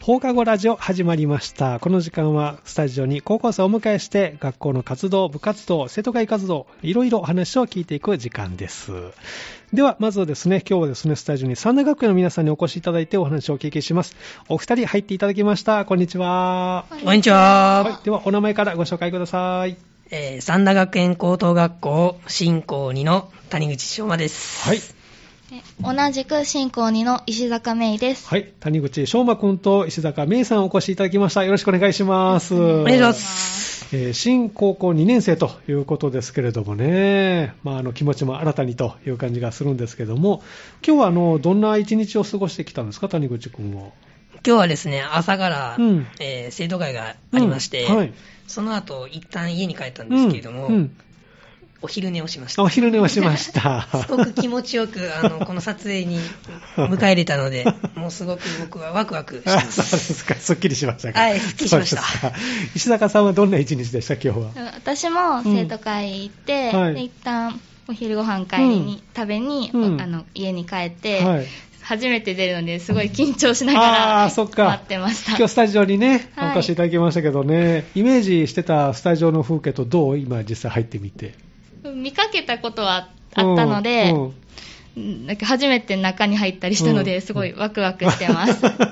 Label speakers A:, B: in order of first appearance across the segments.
A: 放課後ラジオ始まりました。この時間はスタジオに高校生をお迎えして学校の活動、部活動、生徒会活動、いろいろお話を聞いていく時間です。では、まずはですね、今日はですね、スタジオに三大学園の皆さんにお越しいただいてお話をお聞きします。お二人入っていただきました。こんにちは。
B: こんにちは。
A: はい、では、お名前からご紹介ください。
B: えー三田学園高等学校振興2の谷口翔馬です。
A: はい。
C: え同じく進行2の石坂芽衣です。
A: はい、谷口翔馬くんと石坂芽衣さんお越しいただきました。よろしくお願いします。お
B: お願いしま。す。
A: えー新高校2年生ということですけれどもね、まあ、あの気持ちも新たにという感じがするんですけども、今日はあのどんな一日を過ごしてきたんですか、谷口君は。
B: 今日はですね、朝から、
A: うん
B: えー生徒会がありまして、
A: うんはい
B: その後、一旦家に帰ったんですけれども、
A: うんうん
B: お昼寝をしました。
A: お昼寝をしました。
B: すごく気持ちよく、あの、この撮影 に迎え入れたので、もうすごく僕はワクワクして
A: あ
B: ま。
A: そうですすか、すっきりしましたか。
B: はいすっきりしました
A: そうですか石坂さんはどんな一日でした、今日は。
C: 私も生徒会行って、
A: うんはい
C: で一旦お昼ご飯帰りに、
A: うん
C: 食べに、
A: うん
C: あの家に帰って、
A: はい
C: 初めて出るのですごい緊張しながら
A: あー
C: 待
A: そっか
C: ってました。
A: 今日スタジオにね、
C: はい
A: お越しいただきましたけどね、イメージしてたスタジオの風景とどう今実際入ってみて。
C: 見かけたことはあったので、
A: うんうん
C: なんか初めて中に入ったりしたので、
A: うん
C: すごいワクワクしてます。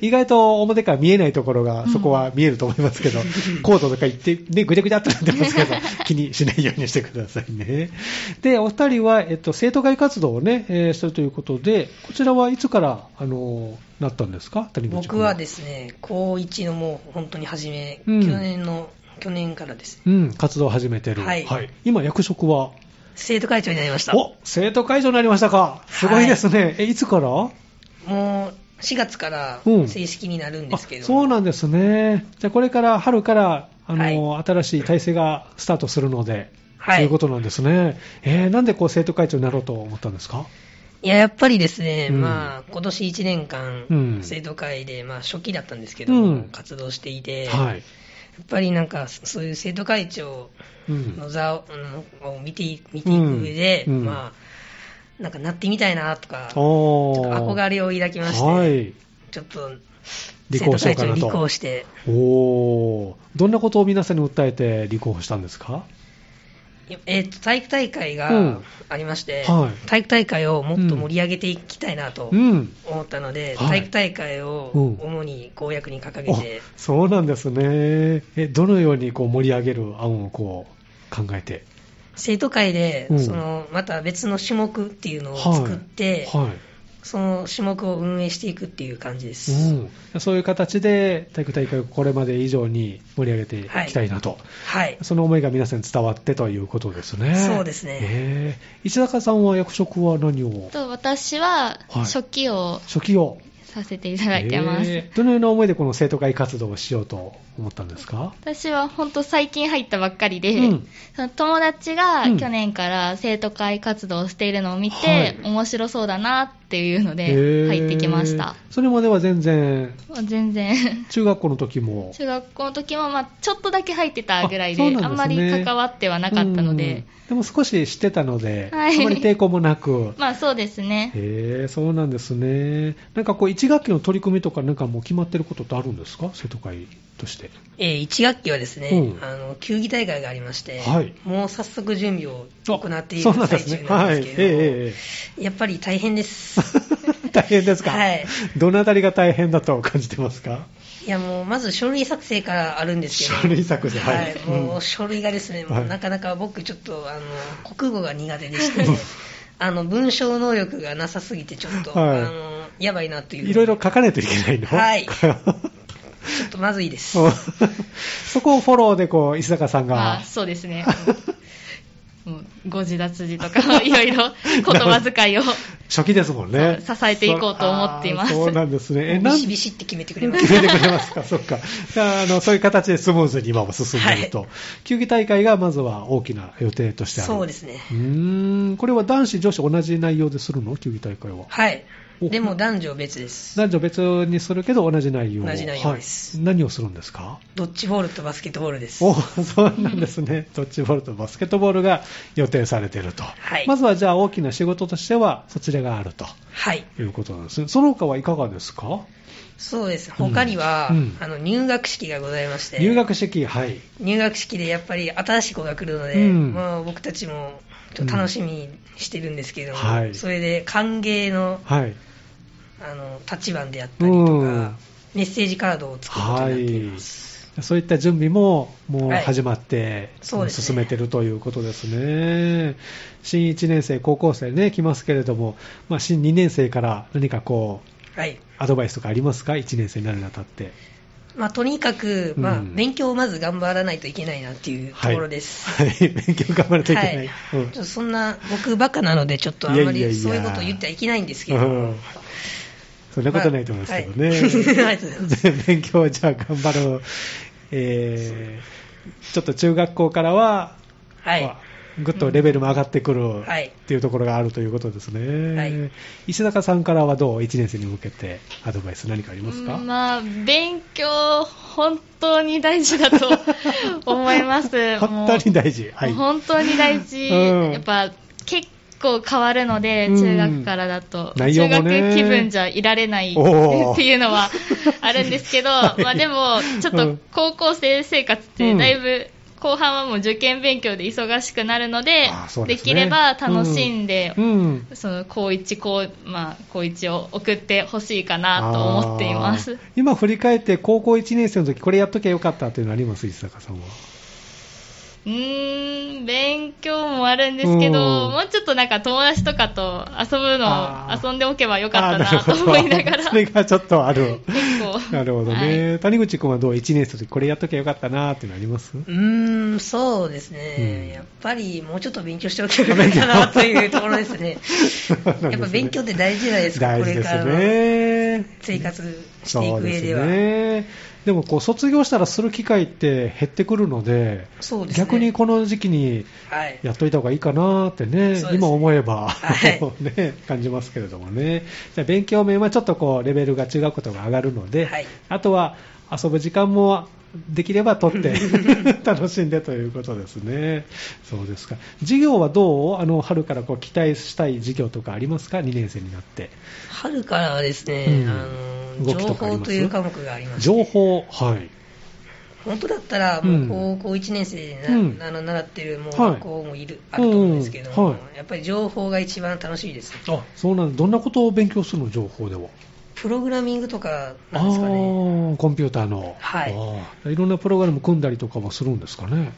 A: 意外と表から見えないところが、そこは見えると思いますけ ど、コートとか行って、ね、ぐちゃぐちゃっとなってますけど、気にしないようにしてくださいね。で、お二人は、えっと、生徒会活動をね、えーしてるということで、こちらはいつから、あのーなったんですか谷口。
B: 僕はですすね、高1のもう本当に初め、
A: うん
B: 去年の、去年からですね、
A: うん、活動を始めてる。
B: はい
A: 今、役職は
B: 生徒会長になりました。
A: お、生徒会長になりましたか。すごいですね。え、いつから
B: もう4月から
A: うん
B: 正式になるんですけど、
A: あそうなんですね。じゃあこれから春から、あの、
B: は
A: 新しい体制がスタートするので、
B: はい
A: ということなんですね。えーなんでこう生徒会長になろうと思ったんですか
B: いややっぱりですね、
A: うん
B: まあ、今年1年間、
A: うん
B: 生徒会で、まあ、初期だったんですけど、
A: うん
B: 活動していて、
A: は
B: や
A: い。
B: っぱりなんか、そういう生徒会長
A: うん
B: の座を,あの、を見てい見ていく上で、
A: うん
B: まあ、なんかなってみたいなとか、
A: おー
B: 憧れを抱きまして、
A: はい。
B: ちょっと
A: 立候
B: 生
A: 補
B: 徒
A: しよう
B: 会
A: か
B: 長
A: な
B: に
A: と
B: 立候補して、
A: おーどんなことを皆さんに訴えて立候補したんですか
B: えっと体育大会
A: う
B: が
A: ん
B: ありまして、
A: はい
B: 体育大会をもっと盛り上げていきたいなと。
A: うん。
B: 思ったので、
A: はい
B: 体育大会を
A: うん
B: 主に公約に掲げ
A: お
B: て、
A: そうなんですね。え、どのようにこう盛り上げる案をこう考えて。
B: 生徒会で、
A: うん
B: そのまた別の種目っていうのを作って、
A: はい。はい
B: その種目を運営していくっていう感じです。
A: うん、そういう形で体育大会をこれまで以上に盛り上げていきたいなと、
B: はい、
A: その思いが皆さんに伝わってということですね。
B: そうですね
A: えー石坂さんは役職は何を
C: と私
A: は
C: は
A: い
C: 初期を
A: 初期を
C: させていただいてます。
A: えーどのような思いでこの生徒会活動をしようと思ったんですか
C: 私は本当最近入ったばっかりで、
A: うん
C: その友達が
A: うん
C: 去年から生徒会活動をしているのを見て、
A: は
C: 面白そうだなっていうの
A: え
C: で
A: ー
C: 入ってきました、
A: それまでは全然、
C: もう全然
A: 中学校の時も。
C: 中学校の時もまあちょっとだけ入ってたぐらいで
A: あ
C: あ
A: そうんなんですね
C: まり関わってはなかったの
A: うん
C: で、
A: でも少し知ってたので、
C: はい
A: あまり抵抗もなく。
C: まあそうですね
A: へえ、そうなんですね。なんかこう、1学期の取り組みとか、なんかもう決まってることってあるんですか生徒会として。
B: えー、1学期はですね、
A: うん
B: あの球技大会がありまして、
A: はい
B: もう早速準備を行っている
A: そうなんで
B: 最
A: すね。
B: 中
A: は。
B: ないん
A: え
B: です
A: え
B: けれども、
A: えええ
B: やっぱり大変 です。
A: え大変ですか
B: はい。
A: どのあたりが大変だと感じてますか
B: いやもうまず書類作成からあるんですけど、
A: 書類作成は
B: はいい、
A: うん
B: もう書類がですね、
A: はい
B: もうなかなか僕、ちょっとあの国語が苦手でして、 あの文章能力がなさすぎて、ちょっと、
A: はい
B: あのやばいなという、
A: いろいろ書かないといけないの
B: はい
A: う
B: ちょっとまずいです。
A: ん そこをフォローで、こう、石坂さん
C: ま
A: が
C: あ。そうですね もう誤字脱字とかいろいろ言葉 遣いを
A: 初期ですもんね。
C: そう支えていこうと思っています
A: そうあーそうなんですね。え、
B: ビ
A: なん
B: シビシって決めてくれます。
A: 決めてくれますか、 そっか。じゃあ、あの、そういう形でスムーズに今も進んでいると。球技大会がまずは大きな予定としてある。
B: そうですね
A: うーん、これは男子、女子同じ内容でするの球技大会は。
B: はい。
A: お
B: でも男女別です。
A: 男女別にするけど同じ内容。
B: 同じ内容です
A: はい。何をするんですか
B: ドッジボールとバスケットボールです。
A: おそうなんですね。ドッジボールとバスケットボールが予出演されていると、
B: はい
A: まずはじゃあ大きな仕事としてはそちらがあると
B: はい。
A: いうことなんですねその他はいかがですか
B: そうです。
A: うん
B: 他には、
A: うん
B: あの、入学式がございまして。
A: 入学式はい
B: 入学式でやっぱり新しい子が来るので、
A: うん
B: まあ、僕たちもちょっと楽しみにしてるんですけれども、
A: うんはい
B: それで歓迎の
A: はい
B: あの立場であったりとか、
A: うん
B: メッセージカードを作ることになっています。
A: そういった準備ももう
B: はい
A: 始まって、
B: そうですね
A: 進めてるということですね。新1年生、高校生ね、来ますけれども、まあ、新2年生から何かこう、
B: はい
A: アドバイスとかありますか ?1 年生になるにあたって。
B: まあ、とにかく、
A: うん
B: まあ、勉強をまず頑張らないといけないなっていうところです。
A: はい。はい勉強頑張らなきゃいけない。
B: はいちょっとそんな僕バカなので、ちょっとあんま
A: いやいやい
B: り
A: や
B: そういうこと言ってはいけないんですけ
A: う
B: ど、
A: ん。うんそんなことないと思いますけどね。
B: まあはい ありがとうございま す
A: 勉強はじゃあ頑張ろう。えー、ちょっと中学校からは、
B: はい
A: まあ、ぐっとレベルも上がってくる
B: はい
A: っていうところがあるということですね。
B: はい
A: 石坂さんからはどう ?1 年生に向けてアドバイス何かありますか、
C: まあ、勉強、本当に大事だ と思います。
A: 本当に大事。はい。
C: もう本当に大事、
A: うん
C: やっぱ結構変わるので、
A: うん
C: 中学からだと、
A: 内容
C: 中
A: も
C: 学
A: ね
C: 気分じゃいられないって
A: おー
C: いうのはあるんですけ ど、
A: はい
C: まあでも、ちょっ
A: うん
C: と高校生生活って、だいぶ、後半はもう受験勉強で忙しくなるので
A: あーそう
C: で
A: ですね
C: きれば楽しんで、
A: うん。
C: その高一高まあ高一を送ってほしいかなと思っています
A: あー。今振り返って高校1年生の時これやっときゃよかったというのあります石坂さんは。
C: うーん、勉強もあるんですけ
A: う
C: ど、
A: ん
C: もうちょっとなんか友達とかと遊ぶの
A: あ
C: を
A: ー
C: 遊んでおけばよかった
A: あーる
C: な
A: ほ
C: と
A: ど
C: 思いながら、
A: それがちょっとある。
C: 結構。
A: なるほどね。
C: はい
A: 谷口君はどう ?1 年生の時これやっときゃよかったなーっていうのあります
B: うーん、そうです
A: う
B: ね、
A: ん
B: やっぱりもうちょっと勉強しておけばいいかなというところです ね。やっぱ勉強って大事じゃないですか、
A: 大
B: こ
A: 事
B: れ
A: で
B: から
A: す
B: の
A: ね。
B: 生活してい
A: そ
B: く
A: うで
B: 上
A: す
B: では。
A: ね。でもこう卒業したらする機会って減ってくるので、
B: そうですね
A: 逆にこの時期に
B: はい、
A: やっといた方がいいかなーってね、
B: そうですね
A: 今思えば、
B: はい
A: ね、感じますけれどもね。じゃあ勉強面はちょっとこうレベルが中学校とか上がるので、
B: はい
A: あとは遊ぶ時間もできれば取って 楽しんでということですね。そうですか。授業はどうあの春からこう期待したい授業とかありますか ?2 年生になって。
B: 春からはですね、
A: うん
B: あの
A: 動
B: 情
A: きとかあり
B: 報
A: ます
B: という科目があります
A: 情報はい。
B: 本当だったら、
A: うん
B: もう高校1年生でな、
A: うん
B: あの習ってるもう
A: はい
B: 学校もいる、あると思うんですけども、
A: うんは
B: やっぱり情報が一番楽しいですね、
A: あ、そうなんどんなことを勉強するの情報では。
B: プログラミングとかなんですかね、
A: ああ、コンピューターの。
B: はい
A: あーいろんなプログラム組んだりとかもするんですかね。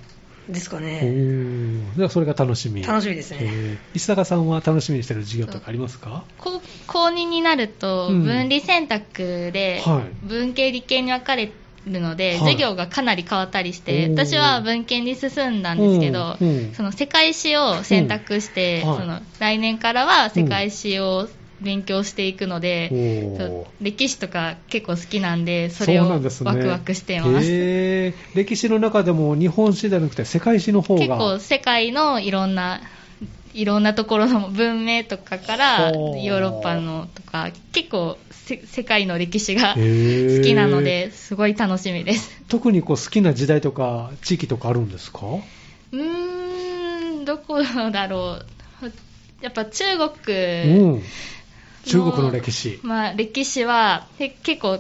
B: ですか
A: お
B: ね、
A: ーじゃあそれが楽しみ。
B: 楽しみですね、
A: えー石坂さんは楽しみにしてる授業とかありますか
C: 高高2になると、
A: うん
C: 分離選択で
A: は、
C: 文系、理系に分かれるの
A: はい
C: で、授業がかなり変わったりして、
A: おー
C: 私は文系に進んだんですけど
A: うんうん、
C: その世界史を選択して、
A: うんはい
C: その来年からは世界史を勉強していくので、
A: おー
C: そう歴史とか結構好きなんで、それを
A: うな
C: ワ
A: んですね
C: クワクしています。
A: へー歴史の中でも日本史じゃなくて世界史の方が。
C: 結構世界のいろんな、いろんなところの文明とかから、ヨ
A: ほう
C: ーロッパのとか、結構せ世界の歴史が
A: へー
C: 好きなので、すごい楽しみです。
A: 特にこう好きな時代とか地域とかあるんですか
C: うーん、どこだろう。やっぱ中国
A: うん。中国の歴史。
C: まあ、歴史はけ結構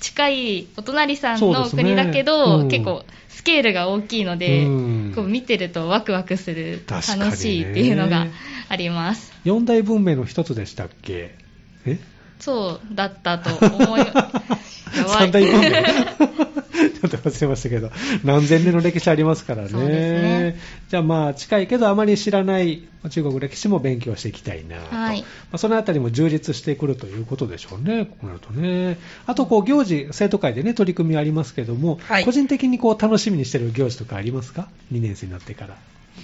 C: 近いお隣さん
A: そうで
C: の
A: すね
C: 国だけど、
A: うん
C: 結構スケールが大きいので、
A: うん
C: こう見てるとワクワクする
A: 確かにね
C: 楽しいっていうのがあります
A: 四大文明の一つでしたっけえ
C: そうだったと 思いやば
A: 三大文明 ち
C: い
A: ょっと忘れましたけど、何千年の歴史ありますからね。
C: そうですね
A: じゃあまあ近いけどあまり知らない中国歴史も勉強していきたいなと。
C: はい
A: まあそのあたりも充実してくるということでしょうね、こうなるとね。あとこう行事、生徒会でね、取り組みありますけども、
B: はい
A: 個人的にこう楽しみにしてる行事とかありますか ?2 年生になってから。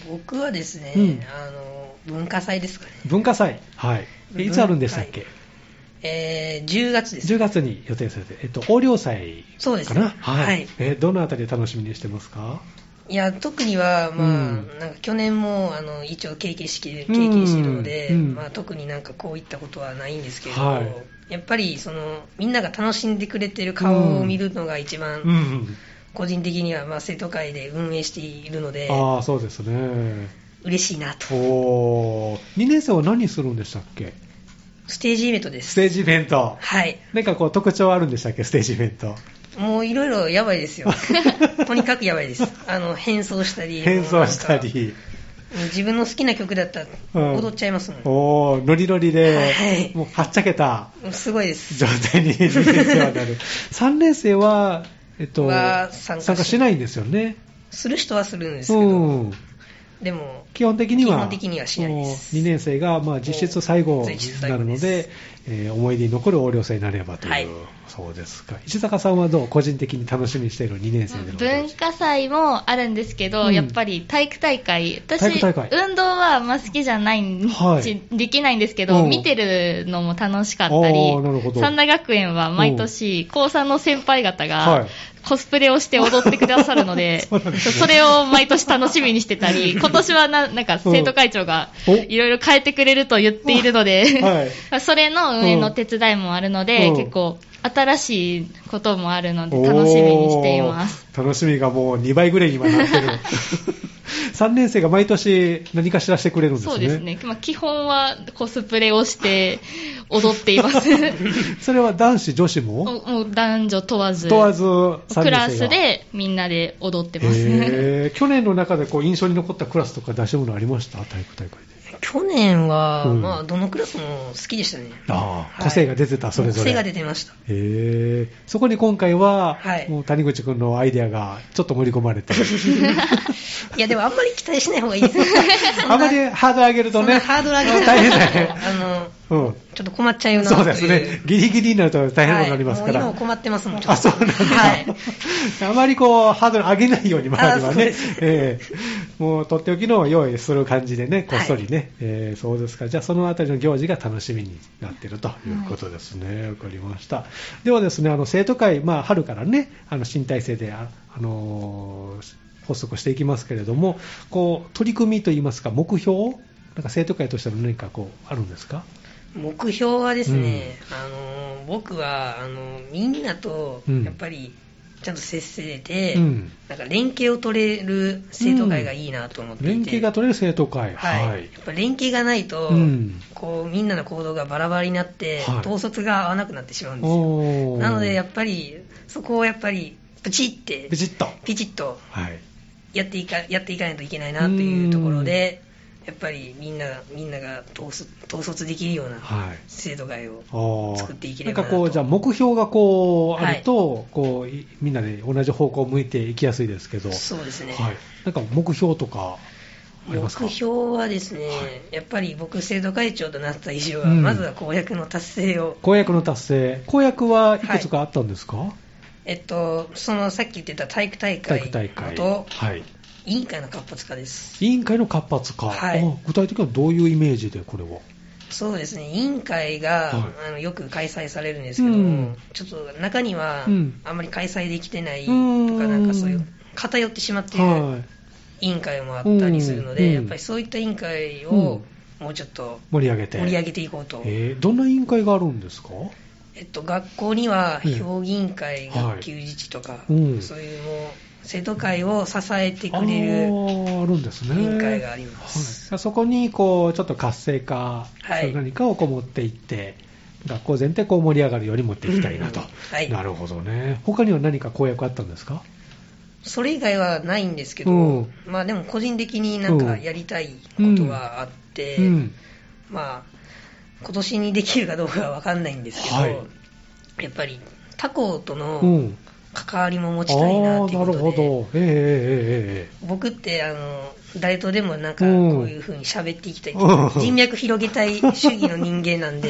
B: 僕はですね、
A: うん
B: あの文化祭ですかね、
A: 文化祭。はい。えいつあるんでしたっけ、
B: えー10月です、
A: 10月に予定されて、えっと、横領祭
B: そうで
A: か
B: す
A: な、
B: ね
A: はい
B: はい
A: えどのあたりを楽しみにしてますか
B: いや特には、まあ
A: うん
B: なんか去年もあの一応経験して経験しているので、
A: うん
B: まあ、特になんかこういったことはないんですけれど、
A: はい
B: やっぱりそのみんなが楽しんでくれてる顔を見るのが一番、
A: ん、
B: 個人的には、まあ、生徒会で運営しているので、
A: ああ、そうですね、
B: 嬉しいなと。
A: おー2年生は何するんでしたっけ
B: ステージイベントで
A: ス
B: す。
A: テージイベント。
B: はい。
A: なんかこう特徴あるんでしたっけステージイベント。
B: もういろいろやばいで すよ。とにかくやばいです。あの、変装したり。
A: 変装した
B: もうなんか。
A: り。
B: もう自分の好きな曲だった
A: うん
B: ら踊っちゃいますもん。
A: おーノリノリ
B: は
A: で
B: い、
A: もうはっちゃけた
B: もうすごいです。
A: 状態に2年生はな る。3年生は、えっと、
B: は参加し
A: 参加しないんですよね。
B: する人はするんですけ
A: う
B: ど、
A: ん。
B: でも、
A: 基本的には、
B: 基本的にはしないです
A: 2年生がまあ実質最後
B: もう
A: に
B: 実質
A: な
B: 最後
A: る
B: で
A: の
B: す
A: で、えー思い出に残る横領生になればという、
B: はい
A: そうですか。石坂さんはどう個人的に楽しみにしている2年生での行事
C: 文化祭もあるんですけど、
A: うん
C: やっぱり体育大会、私、
A: 体育大会
C: 運動はあんま好きじゃないん、
A: はい
C: しできないんですけど、
A: うん
C: 見てるのも楽しかったり
A: あーなるほ、ど
C: 三田学園は毎年、高3の先輩方
A: はい
C: がコスプレをして踊ってくださるので、
A: そうなんですね
C: それを毎年楽しみにして たり、今年はななんか生徒会長が
A: うんお
C: いろいろ変えてくれると言っているので、
A: はい。
C: それの運営の手伝いもあるので、
A: うん
C: 結構新しいこともあるので楽しみにしています。
A: おー。楽しみがもう2倍ぐらいに今なって る。3年生が毎年何かしらしてくれるんですね。
C: そうです。ね。まあ、基本はコスプレをして踊って います。
A: それは男子、女子も
C: もうもう男女問わず。
A: 問わず3年生が
C: クラスでみんなで踊ってます。
A: へー去年の中でこう印象に残ったクラスとか出し物ありました体育大会で。
B: 去年は、
A: うん
B: まあ、どのクラスも好きでしたね。
A: ああ、
B: はい
A: 個性が出てた、それぞれ。
B: 癖が出てました。
A: へえそこに今回は、
B: はい
A: もう谷口君のアイデアがちょっと盛り込まれ て、
B: いや、でもあんまり期待しない方がいいですよ そんな
A: あまりハードル上げる
B: そ
A: と
B: ん
A: ね
B: な、ハードル上げちゃ
A: 大
B: う
A: 変
B: と
A: だよ。
B: あ
A: うん、
B: の、ちょっと困っちゃうよな
A: そうですね、ギリギリになると大変なことになりますから、
B: はい、もう今困ってますもん、ちょっと
A: あ、そうなんだ。
B: はい。
A: あまりこう、ハードル上げないように、周りは
B: あそう
A: ね
B: で。
A: ええもう、とっておきのを用意する感じでね、こっそりね。ええそうですか。じゃあ、そのあたりの行事が楽しみになってるということですね。わ、かりました。ではですね、あの、生徒会、まあ、春からね、あの、新体制で、ああのー発足していきますけれども、こう、取り組みといいますか、目標なんか生徒会としての何かこう、あるんですか
B: 目標はですね、あの、僕は、あの、みんなと
A: うん、
B: やっぱり、ちゃんと接せれて、
A: うん
B: なんか連携を取れる生徒会がいいなと思っていて、
A: 連携が取れる生徒会。
B: はい、やっぱ連携がないと、
A: うん
B: こうみんなの行動がバラバラになって、
A: はい
B: 統率が合わなくなってしまうんですよ。
A: おー
B: なのでやっぱりそこをやっぱりプチって
A: ビチッと。
B: ピチッと
A: はい。
B: やっていかやっていかないといけないなというところで、やっぱりみんなみんなが統率統率できるような
A: はい。
B: 制度外を、
A: ああ
B: 作っていけれ
A: ん
B: ばな
A: か
B: と
A: こう、じゃあ目標がこう、
B: は
A: あ
B: い
A: ると、こう、いみんなで同じ方向を向いていきやすいですけど。
B: そうですね、
A: はい。なんか目標とか、あり
B: 目
A: ますか
B: 標はですね、やっぱり僕、制度会長となった以上は、
A: うん
B: まずは公約の達成を
A: 公約の達成。公約はいくつかあったんですか、
B: えっと、そのさっき言ってた体育大
A: 体
B: 会
A: 育大会。
B: と
A: はい。
B: 委員会の活発化です。
A: 委員会の活発化。
B: はい
A: あ具体的にはどういうイメージで、これは。
B: そうですね、委員会が、
A: はい
B: あのよく開催されるんですけども、
A: うん
B: ちょっと中には、
A: うん
B: あんまり開催できてないと
A: う
B: か、
A: ーん
B: なんかそういう、偏ってしまっている
A: はい。
B: 委員会もあったりするので、
A: うん
B: やっぱりそういった委員会
A: うん
B: をもうちょっと
A: 盛り上げて。
B: 盛り上
A: げ
B: げていこうと。
A: えーどんな委員会があるんですか
B: えっと、学校には
A: うん
B: 評議員会、
A: はい
B: 学級自治とか、
A: うん
B: そういうもう、生徒会を支えて
A: あ
B: くれる
A: ーあるんですね。
B: 委員会があります。
A: はい、そこにこうちょっと活性化、
B: はい
A: そう何かをこう持っていって、学校全体こう盛り上がるように持っていきたいなと、
B: うんはい
A: なるほどね、他には何か公約あったんですか、
B: それ以外はないんですけど、
A: うん
B: まあでも個人的になんかやりたいことはあって、
A: うん、
B: まあ今年にできるかどうかはわかんないんですけど、
A: はい
B: やっぱり他校と
A: う
B: の
A: ん、
B: 関わりも持
A: あ
B: ちたいな
A: あ
B: って
A: ー、
B: いう
A: なるほ
B: ことで、
A: ど、ええ
B: 僕ってあの誰とでもなんか
A: うん
B: こういうふうに喋っていきたい、
A: うん
B: 人脈広げたい主義の人間なん で、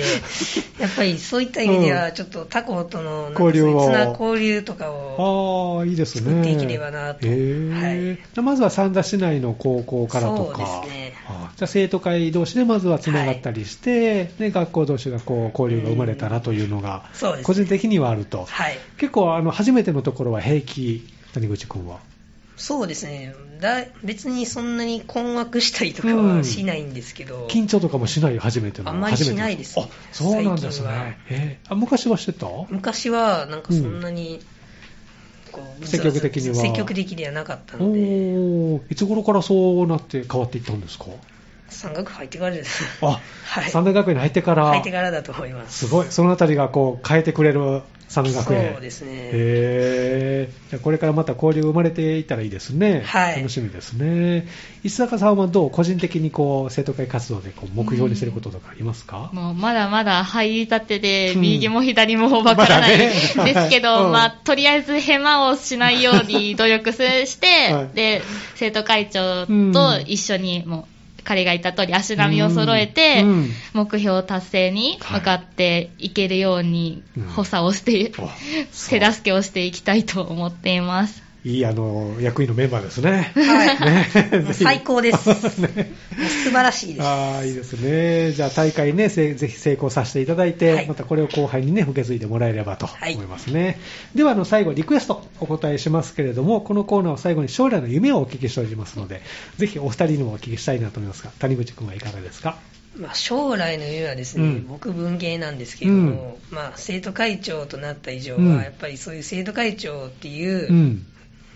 B: やっぱりそういった意味ではちょっと他校とのなんかそうい
A: 交流を
B: うつな交流とか
A: ええええ
B: を
A: ああ、いいですね。
B: 作っていければなと
A: ええ
B: はい
A: じゃあまずは三田市内の高校からとか、
B: そうですね
A: あーじゃあ生徒会同士でまずはつながったりして、ね、学校同士がこう交流が生まれたらというのが、
B: そうですね
A: 個人的にはあると。
B: はい。
A: 結構あの初めてのところは平気谷口君は
B: そうですねだ、別にそんなに困惑したりとか
A: う
B: は
A: ん
B: しないんですけど、
A: 緊張とかもしない初めての
B: あんまりしないですね
A: 初めてのあそうなんです
B: 最近は
A: ね、えーあ昔はしてた
B: 昔はなんかそんなにこう
A: 積極的には
B: 積極的ではなかったので
A: おーいつ頃からそうなって変わっていったんですか
B: 山岳部入ってからです
A: あ、
B: はい
A: 三大学園に入ってから
B: 入ってからだと思いま
A: す
B: す
A: ごいそのあたりがこう変えてくれる三大学園
B: そうですね
A: へーじゃあこれからまた交流生まれていったらいいですね、
B: はい
A: 楽しみですね石坂さんはどう個人的にこう生徒会活動でこう目標にしてることとかありますか、
C: もうまだまだ入りたてで、
A: うん
C: 右も左もわからない、
A: まだね
C: ですけど、
A: うん
C: まあ、とりあえずヘマをしないよ うに努力すして、
A: はい
C: で、生徒会長
A: うん
C: と一緒に、もう、彼が言った通り足並みを揃えて、
A: うんうん
C: 目標達成に向かっていけるように
A: うん、
C: 補佐をして、
A: あそう
C: 手助けをしていきたいと思っています。
A: いいあの役員のメンバーです ね
B: はい、もう最高です
A: ね
B: もう素晴らしいです
A: ああ、いいですね。じゃあ大会ね、せぜひ成功させていただいて、
B: はい
A: またこれを後輩にね、受け継いでもらえればと
B: はい
A: 思いますね。では、あの、最後、リクエストお答えしますけれども、このコーナーを最後に将来の夢をお聞きしておりますので、ぜひお二人にもお聞きしたいなと思いますが、谷口くんはいかがですか
B: まあ、将来の夢はですね、
A: うん
B: 僕文芸なんですけれども、まあ、生徒会長となった以上は、
A: うん
B: やっぱりそういう生徒会長っていう、
A: うん。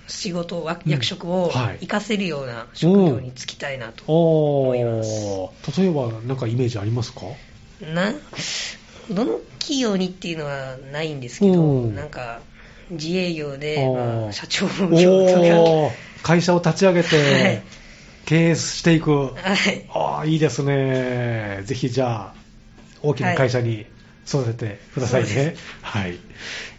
B: 仕事を、わ
A: うん
B: 役職を
A: はい
B: 活かせるような職業に就きたいなと、
A: お
B: 思いま
A: ー、例えばなんかイメージあり ますか
B: などの企業にっていうのはないんですけど、
A: うん
B: なんか自営業で、
A: おー
B: まあ、社長
A: お
B: 業と
A: ー、会社を立ち上げ
B: はい
A: て、経営していく。
B: か、はい、
A: ああ、いいですね。ぜひじゃあ、大きな会社に育ててください
B: そう
A: ね。はい。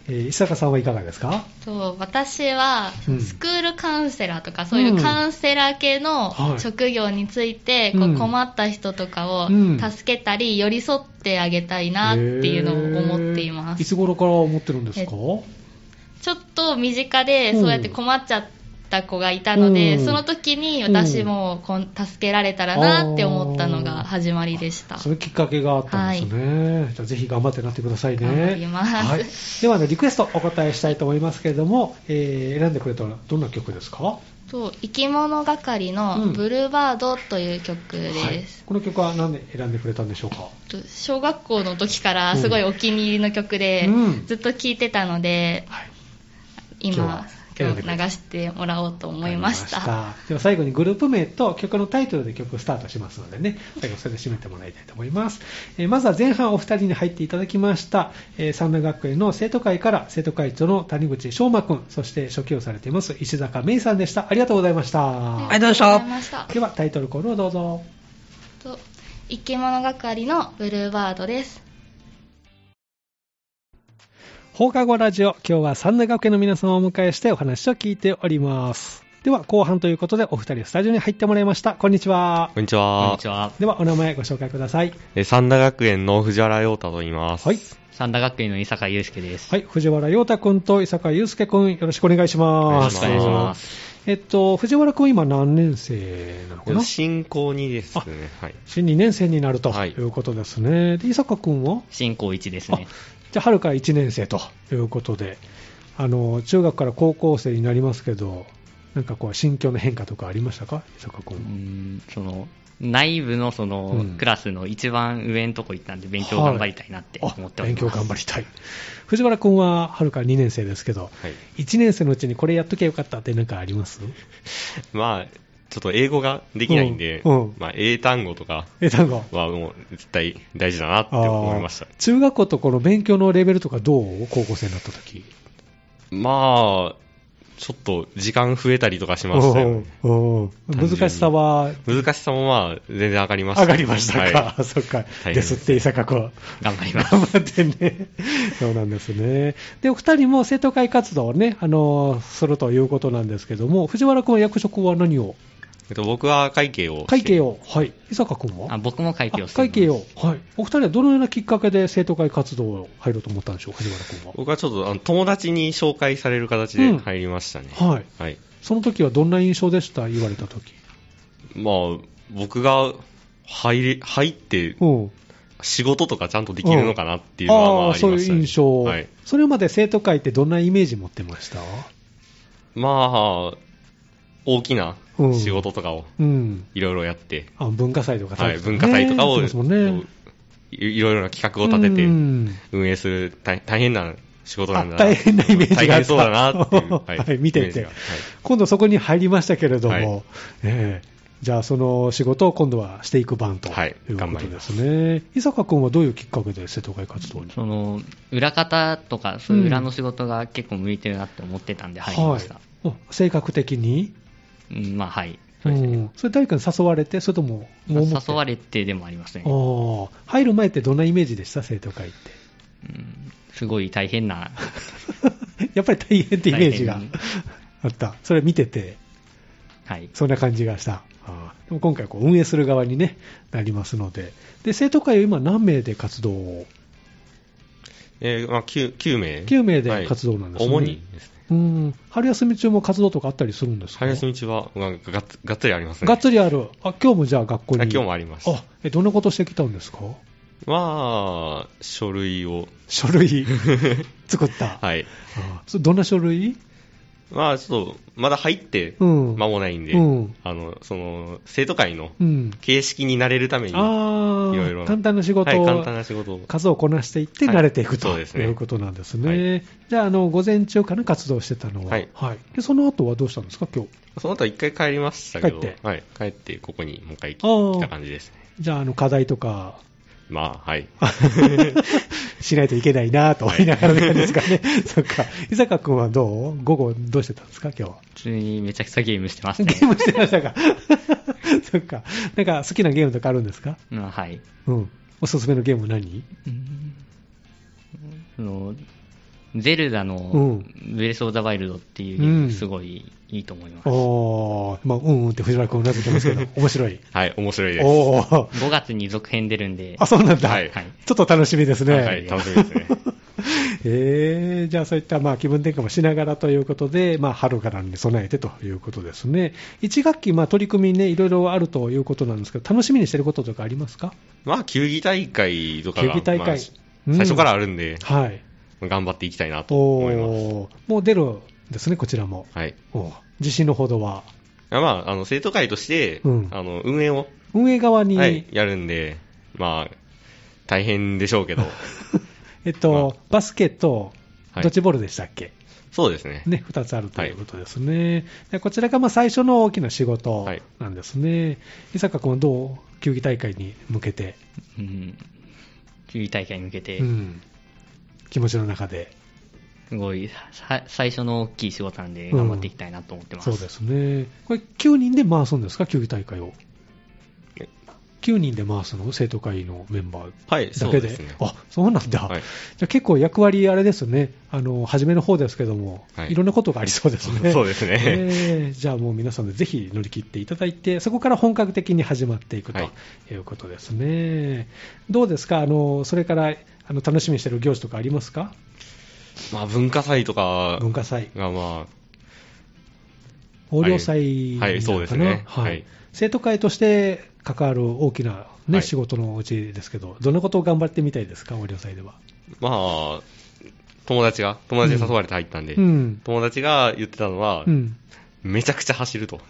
A: えー、石坂さんはいかがですか
C: と私は
A: うん
C: スクールカウンセラーとかそういうカウンセラー系
A: は
C: の
A: い
C: 職業について
A: う
C: こ
A: ん
C: う困った人とかを
A: うん
C: 助けたり寄り添ってあげたいなっていうのを思っていま
A: へーいつ
C: す
A: 頃から思ってるんですか
C: えちょっと身近でそうやって困っちゃった子がいたので
A: うん
C: その時に私もこん助けられたらなって思ったのが始まりでした
A: そういうきっかけがあったんですね。じゃあぜひ頑張ってなってくださいね。
C: 頑張ります
A: はい。では、ね、リクエストお答えしたいと思いますけれども、えー選んでくれたのはどんな曲ですか
C: と生き物係
A: うん
C: の「ブルーバード」という曲
A: はい
C: です、
A: この曲は何で選んでくれたんでしょうか
C: 小学校の時からすごいお気に入りの曲で、
A: うん
C: ずっと聴いてたので、
A: はい。
C: 今
A: 今日は
C: 今日流してもらおうと思いました
A: わかりましたでは最後にグループ名と曲のタイトルで曲スタートしますのでね、最後それで締めてもらいたいと思います。えーまずは前半お二人に入っていただきました、えー三大学園の生徒会から生徒会長の谷口翔馬くん、そして初期をされています石坂芽衣さんでした。ありがとうございました。
B: ありがとうございま
C: した
A: ではタイトルコールをどうぞ。
C: と生き物係のブルーバードです
A: 放課後ラジオ、今日は三大学園の皆様をお迎えしてお話を聞いております。では後半ということでお二人スタジオに入ってもらいました。こんにちは。
D: こんにちは。
E: こんにちは。
A: ではお名前ご紹介ください。
D: えー三田学園の藤原陽太と言います。
A: はい。
E: 三田学院の伊坂祐介です。
A: はい、藤原陽太君と伊坂祐介君、よろしくお願いし
D: お
A: ま
D: 願い
A: す。。
D: し
E: よろしくお願いしますす。
A: えっと、藤原君、今何年生なのかな
D: 進行にですね。はい。
A: 新2年生になると
D: はい
A: いうことですね。で、伊坂君は
E: 進行1ですね。
A: じゃあ、春から1年生ということで、あの、中学から高校生になりますけど、なんかこう、心境の変化とかありましたか伊坂
E: うー
A: 君。
E: んその内部のその、
A: うん
E: クラスの一番上のとこ行ったんで勉強頑張りたいなって
A: あ
E: 思っており
A: 勉
E: ます。
A: 強頑張りたい。藤原君は春から2年生ですけど、
D: はい。
A: 1年生のうちにこれやっときゃよかったってなんかあります
D: まあ、ちょっと英語ができないんで、
A: うんうん
D: まあ、英単語とか
A: え、なんか。
D: はもう絶対大事だなって思いました
A: あー。中学校とこの勉強のレベルとかどう高校生になった時
D: まあ、ちょっと時間増えたりとかしましたよね。
A: おうおう
D: 単純に
A: 難しさは
D: 難しさもまあ、全然上がりました。
A: 上がりましたか、
D: はい
A: そっか
D: 大変
A: で
D: ですす
A: って伊坂君
E: 頑張ります。
A: 頑張ってねそうなんですねでお二人も生徒会活動をねあのーするということなんですけども藤原君は役職は何を
D: えっと、僕は会計を。
A: 会計。をはい伊坂君は
E: あ僕も会計を
A: あ
E: して
A: 会
E: います。
A: 計をはいお二人はどのようなきっかけで生徒会活動を入ろうと思ったんでしょう藤原君は
D: 僕はちょっとあの友達に紹介される形で入りましたね。
A: はい
D: はい。
A: その時はどんな印象でした言われた時
D: まあ、僕が入り、入って、
A: うん
D: 仕事とかちゃんとできるのかなっていうのはまああり
A: あ
D: ま
A: ー
D: した、
A: そう
D: ね、
A: いう印象、
D: はい。
A: それまで生徒会ってどんなイメージ持ってました
D: まあ、大きな
A: うん
D: 仕事とかを
A: うん
D: いろいろやって、
A: あ文化祭とか、
D: はい、文化祭とかを、
A: そうですもんね
D: こういいろいろな企画を立てて
A: うん
D: 運営する大大変な仕事なんだな
A: あ大変なイメージがあった
D: 大変そうだ なっていう、
A: はい見ていて
D: イメージがはい
A: 今度そこに入りましたけれども、
D: はい
A: ええじゃあその仕事を今度はしていく番と
D: はい
A: いうこ
D: 頑張
A: と
D: り
A: で
D: ます
A: ね。伊坂君はどういうきっかけで瀬戸外活動に
E: その裏方とか、そういう裏の仕事が結構向いてるなって思ってたんで入りました。
A: はいお性格的に
E: うん、まあはい。そうですね。
A: んそれ誰かに誘われて、それとも、
E: まあ誘わ
A: れ
E: れてでもありますね。
A: 入る前ってどんなイメージでした、生徒会って。
E: うんすごい大変な、
A: やっぱり大変ってイメージが
E: 大変
A: あった。それ見てて、
E: はい。
A: そんな感じがした。あーでも今回こう運営する側に、ね、なりますので。で、生徒会は今何名で活動を
D: えーまあ、9, 9名
A: 9名で活動なんですね
D: はい主にですね
A: うん。春休み中も活動とかあったりするんですか
D: 春休み中はまあがっつがっつりありますね
A: がっつりある。あ、今日もじゃあ学校に。
D: あ今日もあります
A: あ、え、どんなことしてきたんですか
D: まあ書類を
A: 書 類作った。い。
D: はい
A: それどんな書類
D: まあちょっとまだ入って
A: うん
D: 間もないんで、
A: うん
D: あのその生徒会の
A: うん。
D: 形式に慣れるために、
A: ああ、
D: いろいろ
A: 簡単な仕事を、
D: はい簡単な仕事を
A: 数をこなしていって
D: はい
A: 慣れていくと、
D: そう
A: い、
D: ですね
A: うことなんですね。
D: は
A: じゃあ、あの、午前中かな活動してたのは。
D: はい
A: で、その後はどうしたんですか、今日。
D: その後は一回帰りましたけど、
A: 帰って
D: はい、帰ってここにもう一回来
A: あー
D: 来た感じですね。
A: じゃあ、あの、課題と か、
D: まあ、はい。
A: しないといけないなと思いながらなんですかね。 そっか。伊坂君はどう午後どうしてたんですか、今日 は。
E: 普通にめちゃくちゃゲームしてました
A: ゲ
E: ね。
A: ームしてましたか そっか。なんか好きなゲームとかあるんですか
E: まあはい。
A: うん。おすすめのゲーム何
E: うんそのゼルダ
A: う
E: の
A: ん
E: ブレス・オブ・ザ・ワイルドっていうゲー
A: うん
E: ム、すごいいいと思います。
A: おー、まあ、うんうんって藤原君うなずいてますけど、面白い。
D: はい、面白いです。
A: おー。
E: 5月に続編出るんで
A: あ、、そうなんだ。
D: はい
E: はい
A: ちょっと楽しみですね。
D: はい、楽しみで すね。
A: えー、じゃあそういったまあ気分転換もしながらということで、まあ、春からに備えてということですね。1学期、まあ、取り組みね、いろいろあるということなんですけど、楽しみにしてることとかありますか
D: まあ、球技大会とか
A: 球
D: が、
A: 技大会
D: まあ
A: うん
D: 最初からあるんで、
A: はい。
D: 頑張っていきたいなと思います。
A: おーもう出るんですね、こちらも。
D: はい。
A: おー自信のほどは。
D: まあ、あの生徒会として、
A: うん
D: あの運営を、
A: 運営側に、
D: はい、やるんで、まあ、大変でしょうけ ど、
A: えっと、バスケとド
D: はい
A: ッジボールでしたっけ、
D: そうですね。
A: ね、2つあるということですね。でこちらがまあ最初の大きな仕事
D: はい
A: なんですね。伊坂君はどう球技大会に向けて、
E: うん、球技大会に向けて
A: う、ん、気持ちの中で。
E: すごい、さ最初の大きい仕事なんで、頑張っていきたいなと思ってます。
A: そうですね。これ9人で回すんですか、球技大会を。
D: え
A: 9人で回すの生徒会のメンバー
D: はい、
A: だ
D: そう
A: け
D: で
A: で。
D: すね。
A: あ、そうなんだ。
D: は
A: じ
D: い
A: ゃあ結構役割あれですね。あの、初めの方ですけども、、
D: はいい
A: ろんなことがありそうですね。
D: そうですね
A: えーじゃあもう皆さんでぜひ乗り切っていただいて、そこから本格的に始まっていくと
D: はい
A: いうことですね。どうですかあの、それから、あの、楽しみにしてる行事とかありますか
D: まあ、文化祭とか
A: 文化祭。
D: が、まあ、
A: 横領祭
D: はいはいそうですね
A: はい
D: はい
A: 生徒会として関わる大きな、ね
D: はい
A: 仕事のうちですけど、どんなことを頑張ってみたいですか、横領祭では。
D: まあ、友達が、友達に誘われて入ったんで、
A: うん
D: 友達が言ってたのは、
A: うん、
D: めちゃくちゃ走ると。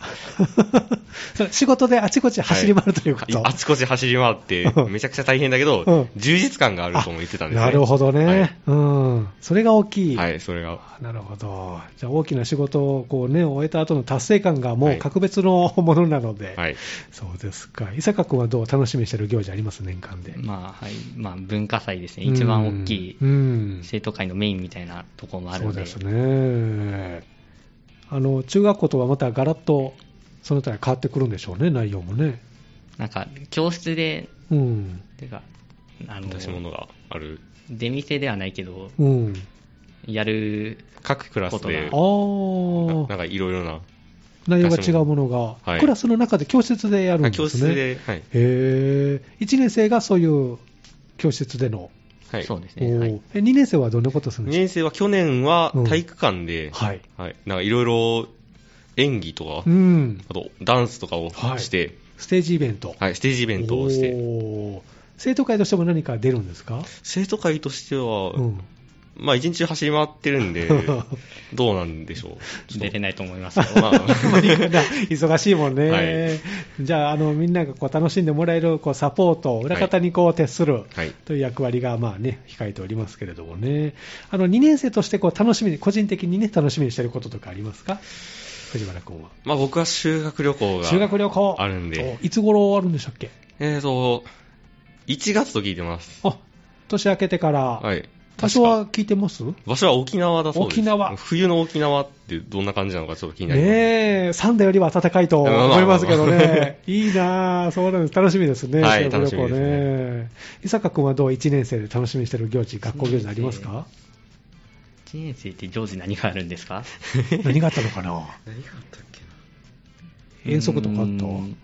A: そう仕事であちこち走り回るということ。
D: はいあちこち走り回って、めちゃくちゃ大変だけど、
A: うん
D: 充実感があるとも言ってたんですね。
A: なるほどね、
D: はい
A: うん。それが大きい。
D: はい、それが。
A: あなるほど。じゃあ大きな仕事をこう、ね、終えた後の達成感がも
D: は
A: う
D: い
A: 格別のものなので、
D: はい。
A: そうですか。伊坂君はどう楽しみにしてる行事あります年間で。
E: まあ、はい。まあ、文化祭ですね。一番大きい
A: うんうん
E: 生徒会のメインみたいなところもあ
A: そ
E: るの
A: う
E: で、
A: ですね。あの、中学校とはまたガラッと、その辺り変わってくるんでしょうね、内容もね。
E: なんか、教室で、
A: うん。
E: てか、あの
D: 出し、物がある。
E: 出店ではないけど、
A: うん。
E: やる、
D: 各クラスで、
A: ああ
D: なな。んかいろいろな、
A: 内容が違うものが、
D: はい
A: クラスの中で教室でやるんですね。
D: 教室で、はい。
A: へえ。1年生がそういう教室での。
D: はい。
E: そう
D: 2
E: ですね。はい。
A: 2年生はどんなことするんです
D: 年生は去年は
A: うん
D: 体育館で、
A: かはい。
D: はい。なんかいろいろ演技とか、
A: うん。
D: あとダンスとかを
A: はい
D: して、
A: ステージイベント。
D: はい、ステージイベントをして、
A: おー生徒会としても何か出るんですか
D: 生徒会としては、
A: うん。
D: まあ一日中走り回ってるん で、どうなんでしょう。ちょっと
E: 出れないと思います よ。
D: まあ、
A: 忙しいもんね、
D: はい
A: じゃああの、みんながこう楽しんでもらえるこうサポート、裏方にこう徹する
D: はい
A: という役割が、まあね、控えておりますけれどもね、あの2年生としてこう楽しみに、個人的に、ね、楽しみにしていることとかありますか、藤原君は。
D: まあ僕は修学旅行が。
A: 修学旅行
D: あるんで
A: おいつ頃あるんでしたっけ
D: えーと、1月と聞いてます。
A: あ年明けてから、
D: はい。
A: 多少は聞いてます
D: 場所は沖縄だそうです。
A: 沖縄
D: 冬の沖縄ってどんな感じなのかちょっと気になります。
A: ねえ、サンダよりは暖かいと思いますけど
D: まあまあまあ
A: ね、いいなあそうなんです、楽しみですね、
D: はい
A: 修学旅行
D: 楽しみで
A: ね。伊坂君はどう、1年生で楽しみにしてる行事、学校行事ありますか
E: 1年生って常時何があるんですか
A: 何があったのかな、
D: 何があったっけな。
A: 遠足とかあっ
E: うーん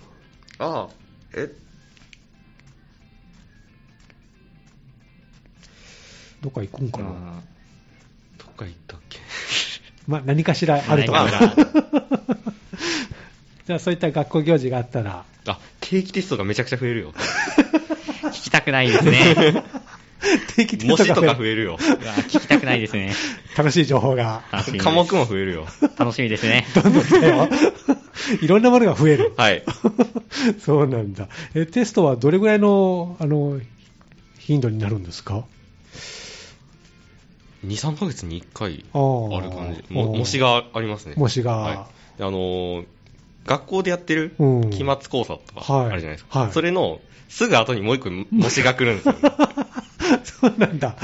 A: た
D: ああ、え、
A: どっか行くんかな、
E: まあ
D: どっか行ったっけ
A: まあ、何かしらあると思います。じゃあ、そういった学校行事があった ら、
D: あ、定期テストがめちゃくちゃ増え るよ。
E: 聞きたくないですね。
A: 定期テ
D: 模
A: ス
D: 試と
A: トが
D: か
A: 増
D: 増
A: える
D: えるよ。
E: うわ聞きたくないです ね。
A: 楽しい情報が、
E: 楽しみです
D: 科目も増えるよ。
E: 楽しみですね。
A: どんどん来たよ いろんなものが増える。
D: はい。
A: そうなんだえ。テストはどれぐらいのあの頻度になるんですか
D: 2、3ヶ月に1回
A: あー
D: ある感じ。も
A: あー
D: 模試がありますね。
A: 模試が
D: はい。であのー学校でやってる
A: うん
D: 期末考査と
A: は
D: か
A: い
D: あるじゃないですか。
A: はい
D: それのすぐ後にもう一 個模試が来るんですよ、ね。
A: そうなんだ。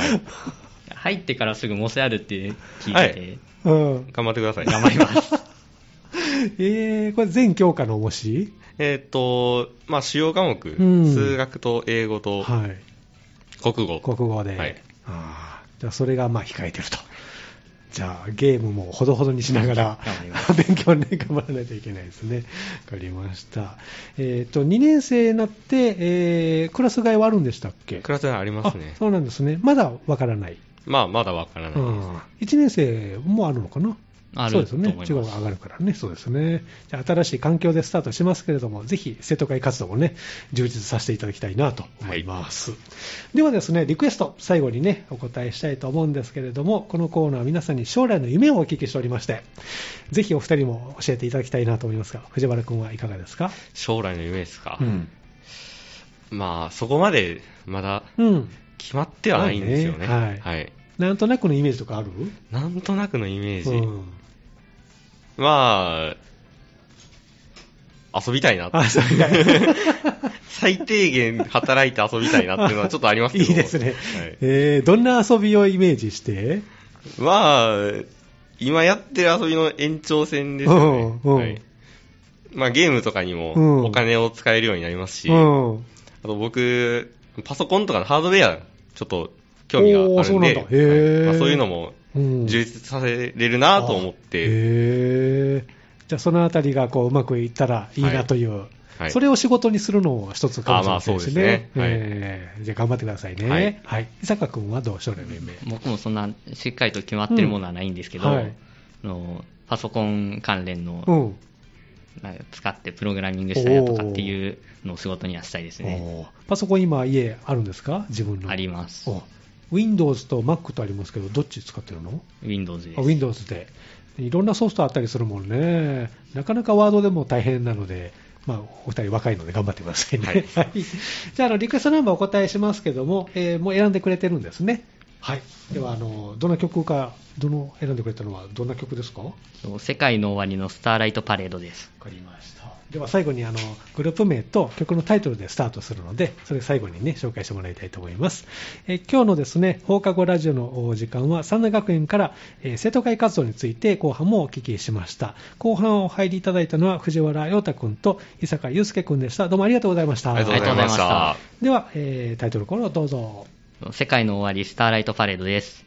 E: 入ってからすぐ模試あるって聞いてて、
D: はい
A: うん。
D: 頑張ってください。
E: 頑張ります。
A: えー、これ全教科の模試
D: えっ、と、まあ、主要科目、
A: うん
D: 数学と英語と
A: はい。
D: 国語。
A: 国語で。
D: はい
A: あーじゃあ、それがまあ控えてると。じゃあ、ゲームもほどほどにしながら
E: 頑張りま、
A: 勉強ね、頑張らないといけないですね。わかりました。えっ、と、2年生になって、えー、クラス替えはあるんでしたっけ
D: クラスがありますね
A: あ。そうなんですね。まだわからない。
D: まあ、まだわからな
A: う
D: い。
A: ん、1年生もあるのかな
E: ある
A: そうです
E: と
A: ね。
E: 思います
A: 中学が上がるからね。そうですね。じゃあ新しい環境でスタートしますけれども、ぜひ生徒会活動もね、充実させていただきたいなと思います。ではですね、リクエスト、最後にね、お答えしたいと思うんですけれども、このコーナーは皆さんに将来の夢をお聞きしておりまして、ぜひお二人も教えていただきたいなと思いますが、藤原君はいかがですか
D: 将来の夢ですか。
A: ん。
D: まあ、そこまで、まだ、
A: うん。
D: 決まってはないんですよね。
A: ないね
D: はい。
A: なんとなくのイメージとかある
D: なんとなくのイメージ。
A: うん。
D: まあ、遊びたいな。
A: あ、そうみたい
D: 最低限働いて遊びたいなっていうのはちょっとありますけ
A: い
D: ど。
A: いですね、
D: はい
A: えーどんな遊びをイメージして、
D: まあ、今やってる遊びの延長線ですよね。
A: うんうん
D: はいまあ、ゲームとかに
A: うん
D: もお金を使えるようになりますし、
A: うん、
D: あと僕、パソコンとかのハードウェア、ちょっと興味が
A: おー
D: ある
A: そうんなん
D: で、
A: だへー
D: まあ、そういうのも
A: うん
D: 充実させれるなと思って、
A: へーじゃあそのあたりがこううまくいったらいいなという、
D: はい
A: それを仕事にするのも一つかもしれませんしね、
D: あまあそうです
A: えーじゃあ頑張ってくださいね、は
D: はいい
A: 伊坂君はどう将来の夢、
E: 僕もそんなしっかりと決まってるものはないんですけど、
A: うんはい
E: あのパソコン関連の、
A: うん
E: なんか使ってプログラミングしたりだとかっていうのを仕事にはしたいですね。
A: おーパソコン、今、家あるんですか、自分の。
E: あります
A: お Windows と Mac とありますけど、どっち使ってるの
E: Windows です。
A: あ Windows で。いろんなソフトあったりするもんね。なかなかワードでも大変なので、まあ、お二人若いので頑張ってくださいね。
D: は
A: はいい。じゃあ、あの、リクエストナンバーお答えしますけども、えーもう選んでくれてるんですね。はい。では、あの、どの曲か、どの、選んでくれたのはどんな曲ですかわ
E: そう世界の終わりのスターライトパレードです。
A: かりました。では、最後に、あの、グループ名と曲のタイトルでスタートするので、それ最後にね、紹介してもらいたいと思います。えー今日のですね、放課後ラジオのお時間は、三田学園から、えー生徒会活動について後半もお聞きしました。後半お入りいただいたのは、藤原陽太君と伊坂祐介君でした。どうもありがとうございました。
D: ありがとうございまし
E: ありがとうございま
D: た
E: し。
A: では、えータイトルコールをどうぞ。
E: 世界の終わりスターライトパレードです。